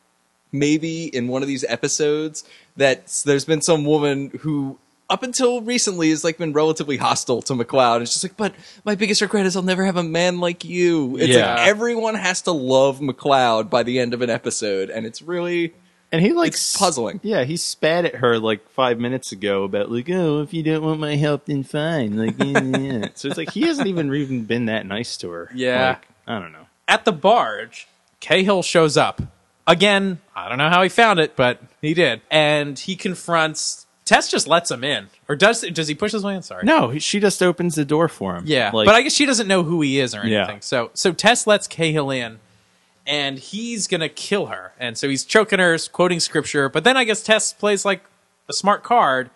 C: maybe in one of these episodes that s- there's been some woman who up until recently has like been relatively hostile to McLeod. It's just like, but my biggest regret is I'll never have a man like you. It's
D: Yeah.
C: like everyone has to love McLeod by the end of an episode, and it's really
D: And he like
C: It's puzzling.
D: Yeah, he spat at her like five minutes ago about like, oh, if you don't want my help, then fine. Like, yeah, yeah. so it's like he hasn't even even been that nice to her.
B: Yeah.
D: Like, I don't know.
B: At the barge, Cahill shows up again. I don't know how he found it, but he did, and he confronts Tess just lets him in, or does does he push his way in? Sorry.
D: No, he- she just opens the door for him.
B: Yeah,
D: like,
B: but I guess she doesn't know who he is or
D: Yeah.
B: anything. So so Tess lets Cahill in, and he's gonna kill her, and so he's choking her, quoting scripture. But then I guess Tess plays like a smart card,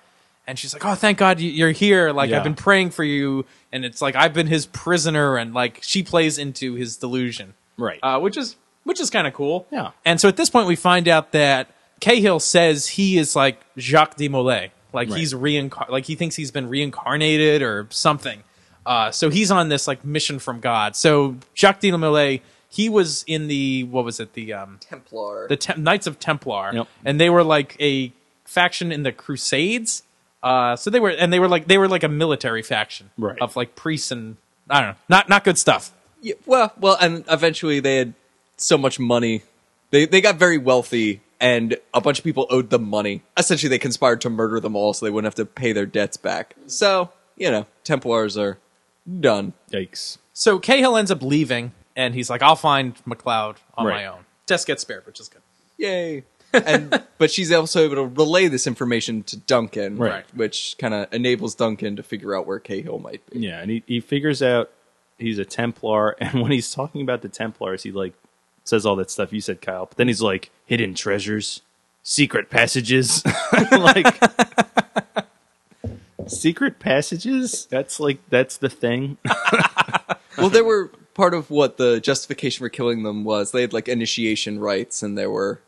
B: and she's like, "Oh, thank God you- you're here! Like
D: Yeah.
B: I've been praying for you." And it's like I've been his prisoner, and like she plays into his delusion,
D: Right.
B: Uh, which is which is kind of cool.
D: Yeah.
B: And so at this point, we find out that Cahill says he is like Jacques de Molay. Like
D: Right.
B: he's reincar- like he thinks he's been reincarnated or something. Uh, so he's on this like mission from God. So Jacques de Molay, he was in the what was it the um
C: Templar.
B: the Tem- Knights of Templar,
D: Yep.
B: and they were like a faction in the Crusades. Uh, so they were and they were like they were like a military faction
D: Right.
B: of like priests and I don't know, not not good stuff.
C: Yeah, well, well, and eventually they had so much money, they they got very wealthy, and a bunch of people owed them money. Essentially, they conspired to murder them all so they wouldn't have to pay their debts back. So you know, Templars are done.
D: yikes.
B: So Cahill ends up leaving, and he's like, "I'll find McLeod on my
D: Right.
B: own." Tess gets spared, which is good.
C: Yay! and but she's also able to relay this information to Duncan,
D: Right.
C: Which kind of enables Duncan to figure out where Cahill might be.
D: Yeah, and he, he figures out he's a Templar, and when he's talking about the Templars, he like says all that stuff you said, Kyle. But then he's like hidden treasures, secret passages, like secret passages. That's like that's the thing.
C: well, there were part of what the justification for killing them was they had like initiation rites, and there were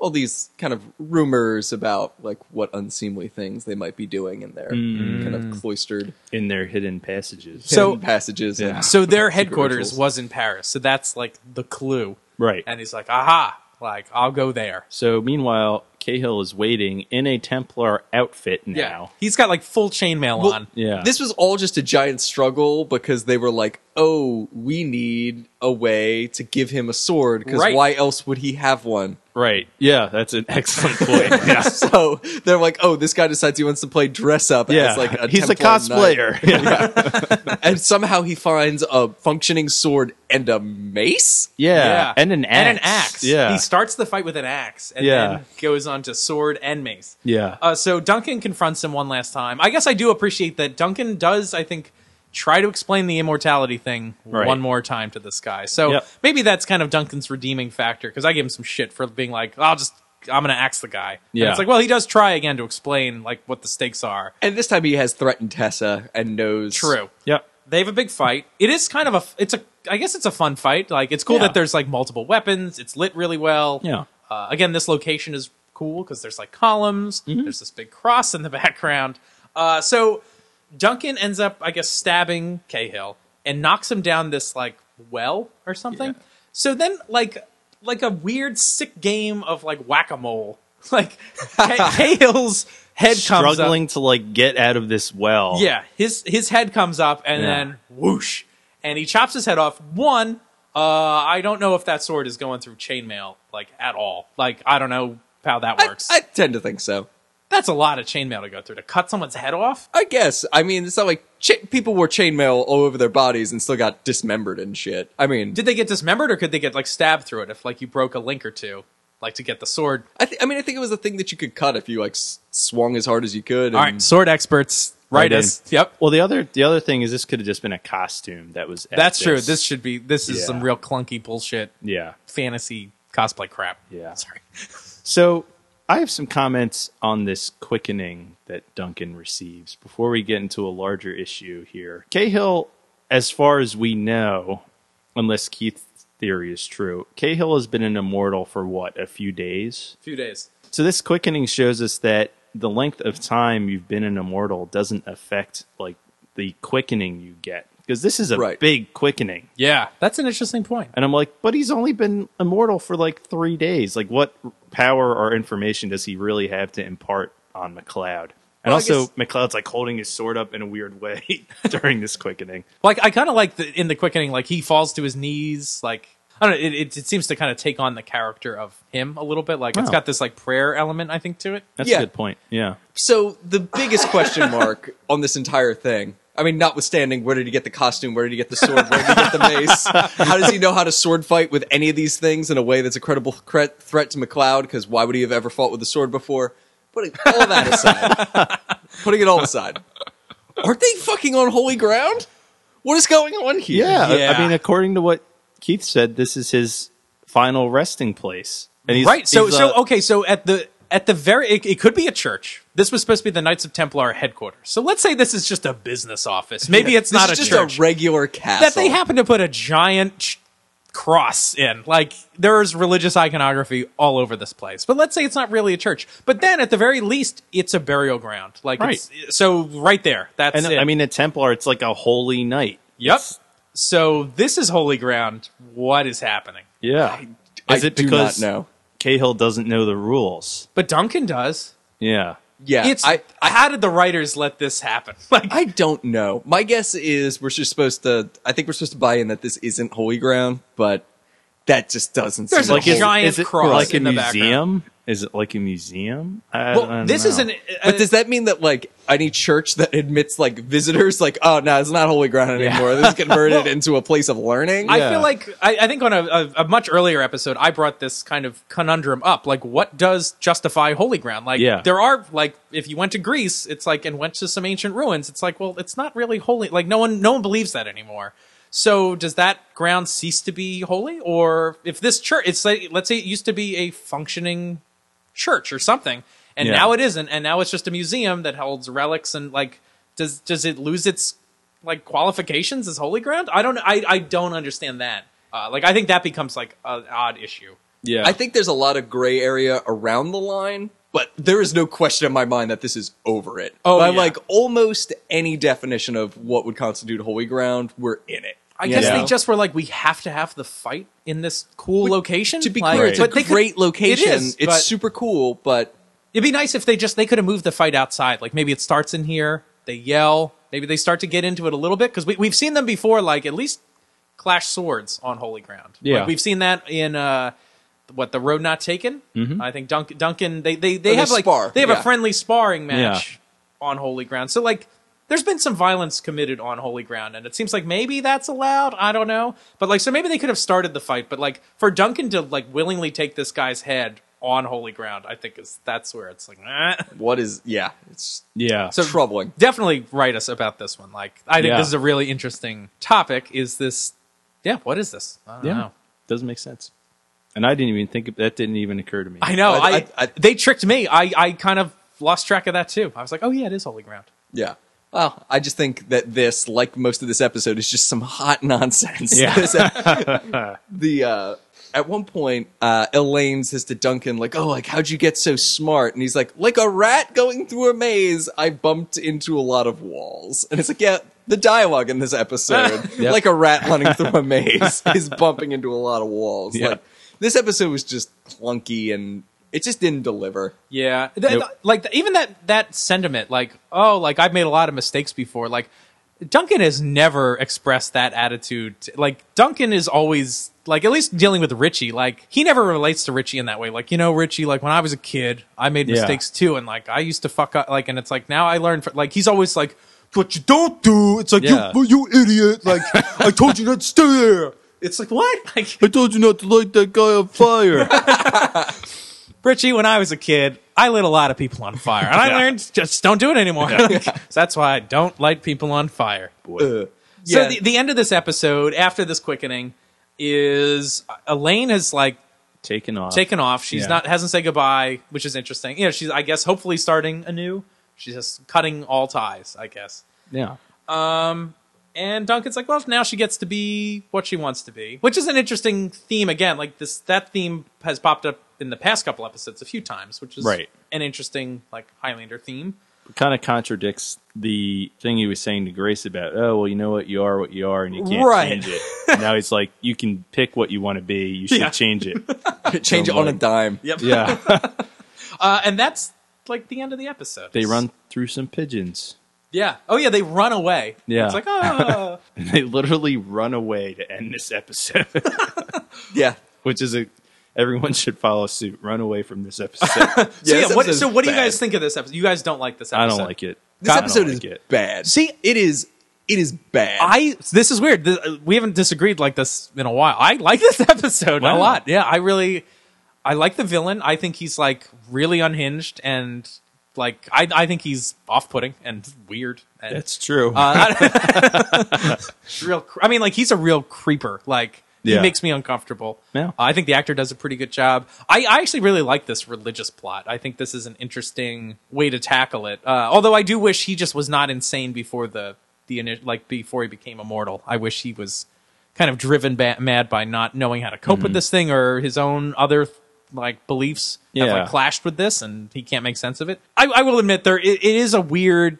C: all these kind of rumors about like what unseemly things they might be doing in their kind of cloistered
D: In their hidden passages,
B: So-
C: hidden passages. and-
D: Yeah.
B: So their headquarters
C: rituals.
B: was in Paris, so that's like the clue,
D: right.
B: And he's like, "Aha! Like I'll go there."
D: so meanwhile, Cahill is waiting in a Templar outfit now.
B: he's got like full chainmail
C: Well,
B: on.
D: Yeah.
C: This was all just a giant struggle because they were like, "Oh, we need a way to give him a sword because
B: Right.
C: why else would he have one?"
D: Right. Yeah, that's an excellent point. Yeah.
C: So they're like, "Oh, this guy decides he wants to play dress up
D: yeah.
C: as like a
D: he's a
C: Templar knight."
D: cosplayer. Yeah.
C: and somehow he finds a functioning sword and a mace.
D: And an axe.
B: and an axe.
D: Yeah.
B: he starts the fight with an axe, and
D: Yeah.
B: then goes on to sword and mace.
D: Yeah.
B: Uh, so Duncan confronts him one last time. I guess I do appreciate that Duncan does, I think, try to explain the immortality thing
D: Right.
B: one more time to this guy. So
D: Yep.
B: maybe that's kind of Duncan's redeeming factor because I gave him some shit for being like, I'll just, I'm going to axe the guy. And
D: Yeah.
B: it's like, well, he does try again to explain like what the stakes are.
C: And this time he has threatened Tessa and knows
B: True.
D: Yep.
B: They have a big fight. It is kind of a, it's a, I guess it's a fun fight. Like it's cool
D: Yeah.
B: that there's like multiple weapons. It's lit really well.
D: Yeah.
B: Uh, again, this location is cool because there's like columns.
D: Mm-hmm.
B: There's this big cross in the background. Uh, so Duncan ends up, I guess, stabbing Cahill and knocks him down this like well or something. So then, like, like a weird sick game of like whack a mole. Like Ca- Cahill's head comes up.
D: Struggling to like get out of this well.
B: Yeah, his his head comes up and
D: Yeah.
B: then whoosh, and he chops his head off. One, uh, I don't know if that sword is going through chainmail like at all. Like I don't know how that
C: I,
B: works.
C: I tend to think so.
B: That's a lot of chainmail to go through to cut someone's head off.
C: I guess. I mean, it's not like cha- people wore chainmail all over their bodies and still got dismembered and shit. I mean,
B: Did they get dismembered or could they get like stabbed through it if like you broke a link or two, like to get the sword?
C: I, th- I mean, I think it was a thing that you could cut if you like s- swung as hard as you could.
B: All
C: and-
B: right, sword experts, write
D: Right in.
B: us. Yep.
D: Well, the other the other thing is this could have just been a costume that was. at
B: That's true. This should be. This is
D: Yeah.
B: some real clunky bullshit,
D: yeah.
B: fantasy cosplay crap.
D: Yeah.
B: Sorry.
D: So I have some comments on this quickening that Duncan receives before we get into a larger issue here. Cahill, as far as we know, unless Keith's theory is true, Cahill has been an immortal for what a few days.
B: A few days.
D: So this quickening shows us that the length of time you've been an immortal doesn't affect like the quickening you get because this is a
C: Right.
D: big quickening.
B: Yeah, that's an interesting point.
D: And I'm like, but he's only been immortal for like three days. Like, what power or information does he really have to impart on McLeod? And
C: Well, I
D: also,
C: guess-
D: McLeod's like holding his sword up in a weird way during this quickening.
B: Like I kind of like the, in the quickening, like he falls to his knees. Like I don't know, it, it, it seems to kind of take on the character of him a little bit. Like it's
D: Wow.
B: got this like prayer element, I think, to it.
D: That's
C: Yeah.
D: a good point. Yeah.
C: So the biggest question mark on this entire thing. I mean, notwithstanding, where did he get the costume? Where did he get the sword? Where did he get the mace? How does he know how to sword fight with any of these things in a way that's a credible cre- threat to McLeod? Because why would he have ever fought with a sword before? Putting all that aside, putting it all aside, aren't they fucking on holy ground? What is going on here?
D: Yeah, I-
B: Yeah.
D: I mean, according to what Keith said, this is his final resting place, and he's
B: right. So
D: he's, uh,
B: so okay. So at the at the very, it, it could be a church. This was supposed to be the Knights of Templar headquarters. So let's say this is just a business office. Maybe it's
C: This
B: not
C: is
B: a
C: just
B: church
C: a regular castle
B: that they happen to put a giant ch- cross in. Like there's religious iconography all over this place. But let's say it's not really a church. But then at the very least, it's a burial ground. Like it's, so, right there. That's
D: and
B: it.
D: I mean, a Templar, it's like a holy knight.
B: yep. So this is holy ground. What is happening?
D: Yeah,
C: I
D: is it
C: do
D: because
C: not know.
D: Cahill doesn't know the rules?
B: But Duncan does.
D: Yeah,
C: Yeah,
B: It's
C: I, I
B: how did the writers let this happen? Like
C: I don't know. My guess is we're just supposed to. I think we're supposed to buy in that this isn't holy ground, but that just doesn't.
B: There's
C: seem
B: a
C: holy.
D: is-
B: giant
D: is it
B: cross
D: like
B: in
D: a
B: the background.
D: museum? Is it like a museum? I
B: well,
D: don't
B: this
D: know.
B: is an.
C: But does that mean that like any church that admits like visitors, like oh no, it's not holy ground anymore. This is converted into a place of learning.
B: I
D: yeah.
B: feel like I, I think on a, a, a much earlier episode, I brought this kind of conundrum up. Like, what does justify holy ground? Like,
D: Yeah.
B: there are like, if you went to Greece, it's like, and went to some ancient ruins, it's like, well, it's not really holy. Like, no one, no one believes that anymore. So, does that ground cease to be holy? Or if this church, it's like, let's say it used to be a functioning church or something, and
D: Yeah.
B: now it isn't, and now it's just a museum that holds relics and like, does does it lose its like qualifications as holy ground? I don't, I, I don't understand that. Uh, like, I think that becomes like an odd issue.
D: yeah.
C: I think there's a lot of gray area around the line, but there is no question in my mind that this is over it.
B: Oh,
C: By,
B: yeah.
C: like almost any definition of what would constitute holy ground, we're in it.
B: I
C: You
B: guess
C: know?
B: they just were like, we have to have the fight in this cool location.
C: to be
B: Like,
C: clear, it's
B: but
C: a
B: they could-
C: great location.
B: It is,
C: it's
B: but
C: super cool, but
B: it'd be nice if they just they could have moved the fight outside. Like maybe it starts in here. They yell. Maybe they start to get into it a little bit because we we've seen them before. Like at least clash swords on holy ground.
D: Yeah.
B: Like, we've seen that in uh, what the road not taken. I think Dunk, Duncan they they they
C: they
B: have like
C: spar,
B: they have
C: yeah.
B: a friendly sparring match on holy ground. So like. There's been some violence committed on holy ground, and it seems like maybe that's allowed. I don't know, but like, so maybe they could have started the fight, but like for Duncan to like willingly take this guy's head on holy ground, I think is that's where it's like, eh.
C: what is? Yeah, it's
D: yeah.
B: So-
C: troubling.
B: definitely write us about this one. Like, I think
D: Yeah.
B: this is a really interesting topic. Is this? Yeah, what is this? I don't
D: yeah,
B: know.
D: doesn't make sense. And I didn't even think of, that didn't even occur to me.
B: I know. I,
C: I- I-
B: they tricked me. I I kind of lost track of that too. I was like, oh yeah, it is holy ground.
C: Yeah. Well, I just think that this, like most of this episode, is just some hot nonsense.
D: Yeah.
C: This, uh, the uh, at one point, uh, Elaine says to Duncan, like, "Oh, like how'd you get so smart?" And he's like, "Like a rat going through a maze, I bumped into a lot of walls." And it's like, yeah, the dialogue in this episode, like a rat running through a maze, is bumping into a lot of walls.
D: Yeah.
C: Like this episode was just clunky and it just didn't deliver.
B: Yeah, Th-
D: Nope.
B: th- like th- even that that sentiment, like oh, like I've made a lot of mistakes before. Like Duncan has never expressed that attitude. t- Like Duncan is always like at least dealing with Richie. Like he never relates to Richie in that way. Like you know, Richie, like when I was a kid, I made
D: Yeah.
B: mistakes too, and like I used to fuck up. Like and it's like now I learned. fr- Like he's always like, what you don't do. It's like
D: Yeah.
B: you, you idiot. Like I told you not to stay there. It's like what? Like
D: I told you not to light that guy on fire.
B: Richie, when I was a kid, I lit a lot of people on fire, and I learned just don't do it anymore. so that's why I don't light people on fire.
C: Ugh.
B: So the, the end of this episode, after this quickening, is uh, Elaine has like
D: Taken off.
B: taken off. She's
D: Yeah.
B: not hasn't said goodbye, which is interesting. You know, she's I guess hopefully starting anew. She's just cutting all ties, I guess.
D: Yeah.
B: And Duncan's like, well, now she gets to be what she wants to be, which is an interesting theme again. Like this, that theme has popped up in the past couple episodes a few times, which is
D: Right.
B: an interesting like Highlander theme.
D: kind of contradicts the thing he was saying to Grace about, oh, well, you know what? You are what you are and you can't
B: Right.
D: change it. now he's like, you can pick what you want to be. You should
B: Yeah.
D: change it.
C: Change it on a dime.
B: Yep.
D: Yeah.
B: Uh, and that's like the end of the episode.
D: they run through some pigeons.
B: Yeah. Oh yeah, they run away.
D: Yeah.
B: It's like oh.
D: And they literally run away to end this episode,
C: Yeah.
D: which is a. Everyone should follow suit. Run away from this episode.
B: so yeah.
C: this
B: What,
C: episode's
B: so what do you
C: bad.
B: guys think of this episode? You guys don't like this
D: I
B: episode.
D: don't like it.
C: This
D: I don't
C: episode is
D: like it.
C: bad.
B: See-
C: it is it is bad.
B: I this is weird. Th- We haven't disagreed like this in a while. I like this episode a
D: Wow.
B: lot. Yeah, I really. I like the villain. I think he's like really unhinged and like I I think he's off-putting and weird. And
D: That's true.
B: real. cre- I mean, like he's a real creeper. Like he
D: Yeah.
B: makes me uncomfortable.
D: Yeah.
B: I think the actor does a pretty good job. I, I actually really like this religious plot. I think this is an interesting way to tackle it. Uh, although I do wish he just was not insane before the the ini- like before he became immortal. I wish he was kind of driven ba- mad by not knowing how to cope
D: Mm-hmm.
B: with this thing or his own other like beliefs have
D: Yeah.
B: like clashed with this and he can't make sense of it. I, I will admit there it, it is a weird.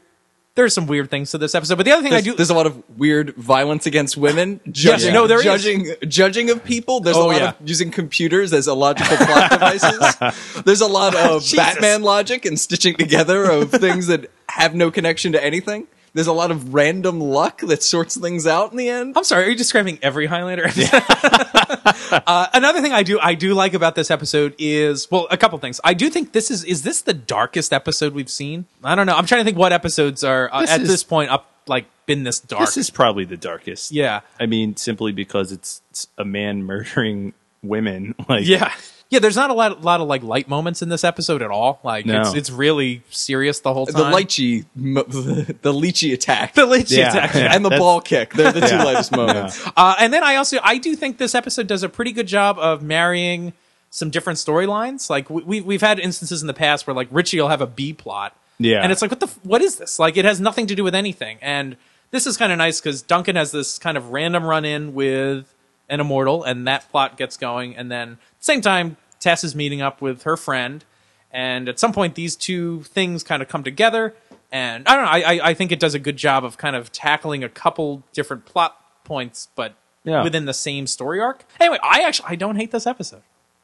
B: There's some weird things to this episode, but the other thing I
C: There's,
B: do
C: there's a lot of weird violence against women. Judging,
B: no, there is.
C: judging, judging of people. There's a
B: Oh,
C: lot
B: yeah.
C: of using computers as illogical plot devices. There's a lot of Batman logic and stitching together of things that have no connection to anything. There's a lot of random luck that sorts things out in the end.
B: I'm sorry, are you describing every Highlander episode? uh, another thing I do I do like about this episode is well, a couple things. I do think this is is this the darkest episode we've seen? I don't know. I'm trying to think what episodes are uh,
D: This
B: at
D: is-
B: this point up like been this dark.
D: this is probably the darkest.
B: yeah.
D: I mean, simply because it's, it's a man murdering women. Like,
B: Yeah. Yeah, there's not a lot, lot of like light moments in this episode at all. Like
D: No.
B: it's it's really serious the whole
C: The
B: time.
C: lychee, mo- the lychee attack,
B: the light
D: Yeah.
B: attack.
C: and the
D: That's-
C: ball kick. They're the two
D: Yeah.
C: lightest moments.
B: Uh, and then I also I do think this episode does a pretty good job of marrying some different storylines. Like we- we we've had instances in the past where like Richie will have a B plot,
D: Yeah.
B: and it's like what the f- what is this? Like it has nothing to do with anything. And this is kind of nice because Duncan has this kind of random run in with an immortal, and that plot gets going. And then at the same time, Tess is meeting up with her friend, and at some point these two things kind of come together. And I don't know. I, I I think it does a good job of kind of tackling a couple different plot points, but
D: Yeah.
B: within the same story arc. Anyway, I actually I don't hate this episode.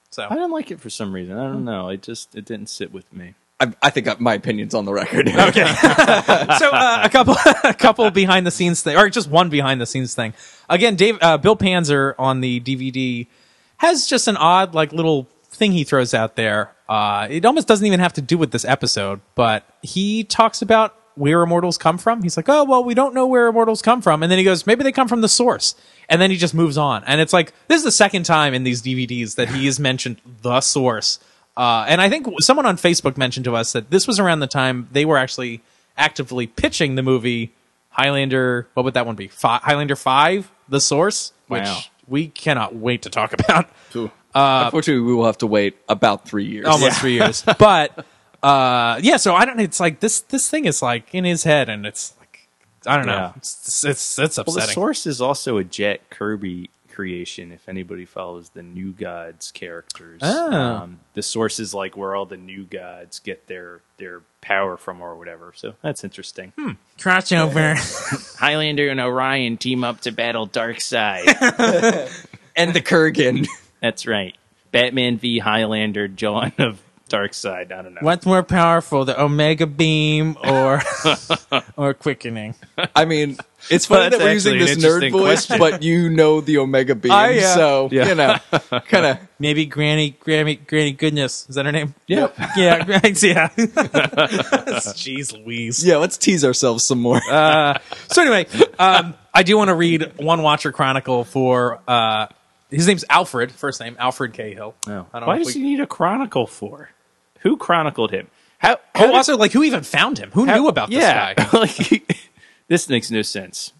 B: So
D: I didn't like it for some reason. I don't know. It just it didn't sit with me.
C: I, I think I- my opinion's on the record.
B: so uh, a couple a couple behind the scenes thing or just one behind the scenes thing again dave uh, bill panzer on the dvd has just an odd like little thing he throws out there uh, it almost doesn't even have to do with this episode but he talks about where immortals come from he's like oh well we don't know where immortals come from and then he goes maybe they come from the source and then he just moves on and it's like this is the second time in these dvds that he has mentioned the source uh, and I think someone on Facebook mentioned to us that this was around the time they were actually actively pitching the movie Highlander. What would that one be? Fi Highlander Five: The Source, which
D: Wow.
B: we cannot wait to talk about.
D: Uh,
C: Unfortunately, we will have to wait about three years.
B: Almost three years, but uh, yeah. So I don't. It's like this. This thing is like in his head, and it's like I don't know.
D: Yeah.
B: It's, it's it's
D: Well, the
B: upsetting.
D: source is also a Jack Kirby creation. If anybody follows the New Gods characters, Um,
B: Oh.
D: the source is like where all the New Gods get their their power from or whatever. So that's interesting.
B: crossover.
D: Highlander and Orion team up to battle Darkseid.
C: and the Kurgan.
D: That's right. Batman v Highlander, John of Darkseid. I don't know.
B: What's more powerful, the Omega Beam or or quickening?
C: I mean, it's funny
D: That's
C: that we're using
D: actually
C: this
D: an
C: nerd
D: interesting
C: voice,
D: question.
C: but you know the Omega Beam,
B: I, uh,
C: so you know, kind of.
B: Maybe Granny, Granny, Granny Goodness. Is that her name?
C: Yeah,
B: Yeah, right. Yeah. Jeez Louise.
C: yeah. Let's tease ourselves some more.
B: So anyway, um, I do want to read one Watcher Chronicle for uh, his name's Alfred, first name Alfred Cahill.
C: Oh.
D: No.
B: I don't
D: Why
B: know if
D: does
B: we-
D: he need a chronicle for? Who chronicled him? How? how
B: Oh, also, like, who even found him? Who
D: how-
B: knew about
D: yeah.
B: this guy?
D: like, he- this makes no sense.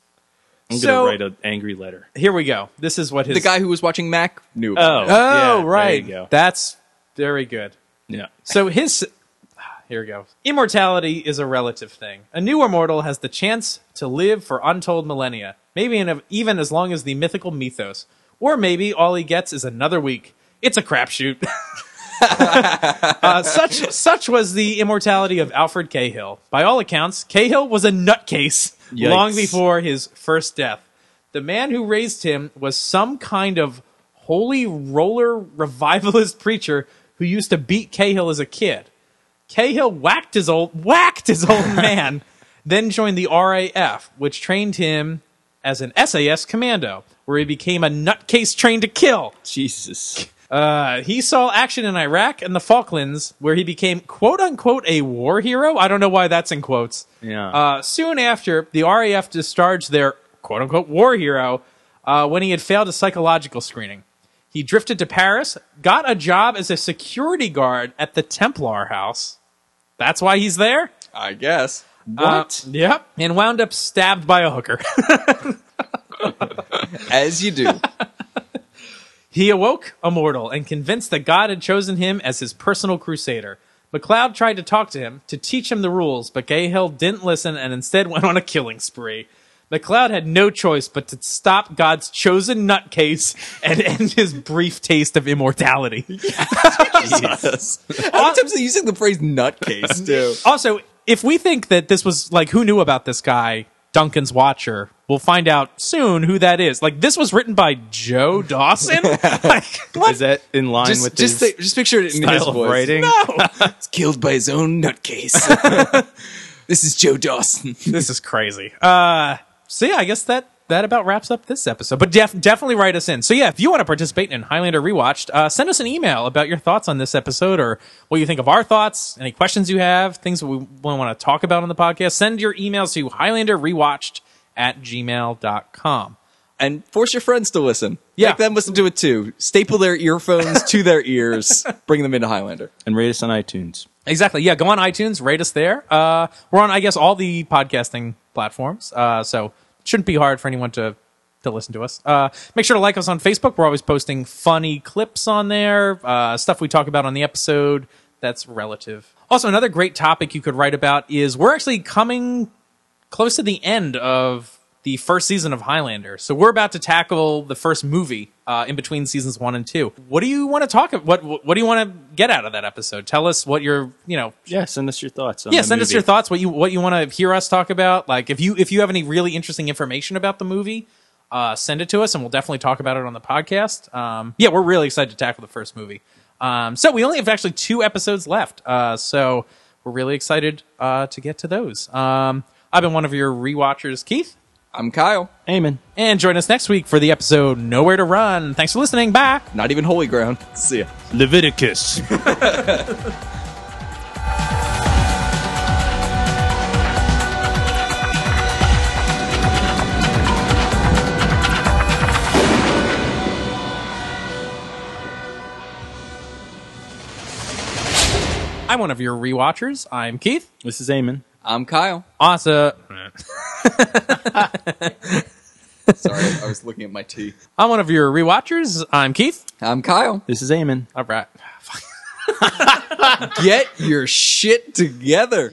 D: I'm
B: So-
D: gonna write an angry letter.
B: Here we go. This is what his
C: the guy who was watching Mac knew.
D: Oh,
C: About it.
B: Oh, right.
D: There you go.
B: That's very good.
D: yeah.
B: So his here we go. Immortality is a relative thing. A new immortal has the chance to live for untold millennia, maybe in a, even as long as the mythical mythos, or maybe all he gets is another week. It's a crapshoot. uh, such such was the immortality of Alfred Cahill. By all accounts, Cahill was a nutcase
D: Yikes.
B: long before his first death. The man who raised him was some kind of holy roller revivalist preacher who used to beat Cahill as a kid. Cahill whacked his old whacked his old man, then joined the RAF, which trained him as an SAS commando, where he became a nutcase trained to kill.
D: Jesus.
B: Uh, he saw action in Iraq and the Falklands, where he became quote unquote a war hero. I don't know why that's in quotes.
D: Yeah.
B: Uh, soon after, the RAF discharged their quote unquote war hero uh, when he had failed a psychological screening. He drifted to Paris, got a job as a security guard at the Templar House. That's why he's there.
C: I guess.
B: Uh, yep. And wound up stabbed by a hooker.
C: As you do.
B: He awoke immortal and convinced that God had chosen him as his personal crusader. McLeod tried to talk to him to teach him the rules, but Cahill didn't listen and instead went on a killing spree. McLeod had no choice but to stop God's chosen nutcase and end his brief taste of immortality.
C: yes. How many times are they using the phrase nutcase, too?
B: Also, if we think that this was like who knew about this guy, Duncan's Watcher, we'll find out soon who that is. Like this was written by Joe Dawson. like, what?
D: Is that in line
C: Just,
D: with
C: just,
D: his
C: thi- just picture it in his
D: style of
C: voice.
D: writing?
C: It's killed by his own nutcase. this is Joe Dawson.
B: this is crazy. Uh, so yeah, I guess that that about wraps up this episode. But def- definitely write us in. So yeah, if you want to participate in Highlander Rewatched, uh, send us an email about your thoughts on this episode or what you think of our thoughts, any questions you have, things we want to talk about on the podcast. Send your emails to Highlander Rewatched at gmail.com.
C: and force your friends to listen.
B: Yeah.
C: Make them listen to it too. Staple their earphones to their ears. Bring them into Highlander.
D: and rate us on iTunes.
B: Exactly. Yeah, go on iTunes, rate us there. Uh, we're on, I guess, all the podcasting platforms. Uh, so it shouldn't be hard for anyone to to listen to us. Uh, make sure to like us on Facebook. We're always posting funny clips on there, uh, stuff we talk about on the episode that's relative. Also, another great topic you could write about is we're actually coming close to the end of the first season of Highlander. So we're about to tackle the first movie uh, in between seasons one and two. What do you want to talk? What What do you want to get out of that episode? Tell us what your you know.
D: Yeah, send us your thoughts. On
B: Yeah,
D: the
B: send us
D: movie.
B: your thoughts. What you What you want to hear us talk about? Like if you if you have any really interesting information about the movie. Uh, send it to us, and we'll definitely talk about it on the podcast. Um, yeah, we're really excited to tackle the first movie. Um, so we only have actually two episodes left, uh, so we're really excited uh, to get to those. Um, I've been one of your rewatchers, Keith.
C: I'm Kyle.
D: Amen.
B: And join us next week for the episode Nowhere to Run. Thanks for listening. Bye.
C: Not even holy ground. See ya.
D: Leviticus.
B: I'm one of your rewatchers. I'm Keith.
D: this is Amen.
C: I'm Kyle.
B: Awesome.
C: Sorry, I was looking at my tea.
B: I'm one of your rewatchers. I'm Keith.
C: I'm Kyle.
D: This is Amen.
B: All right.
C: Get your shit together.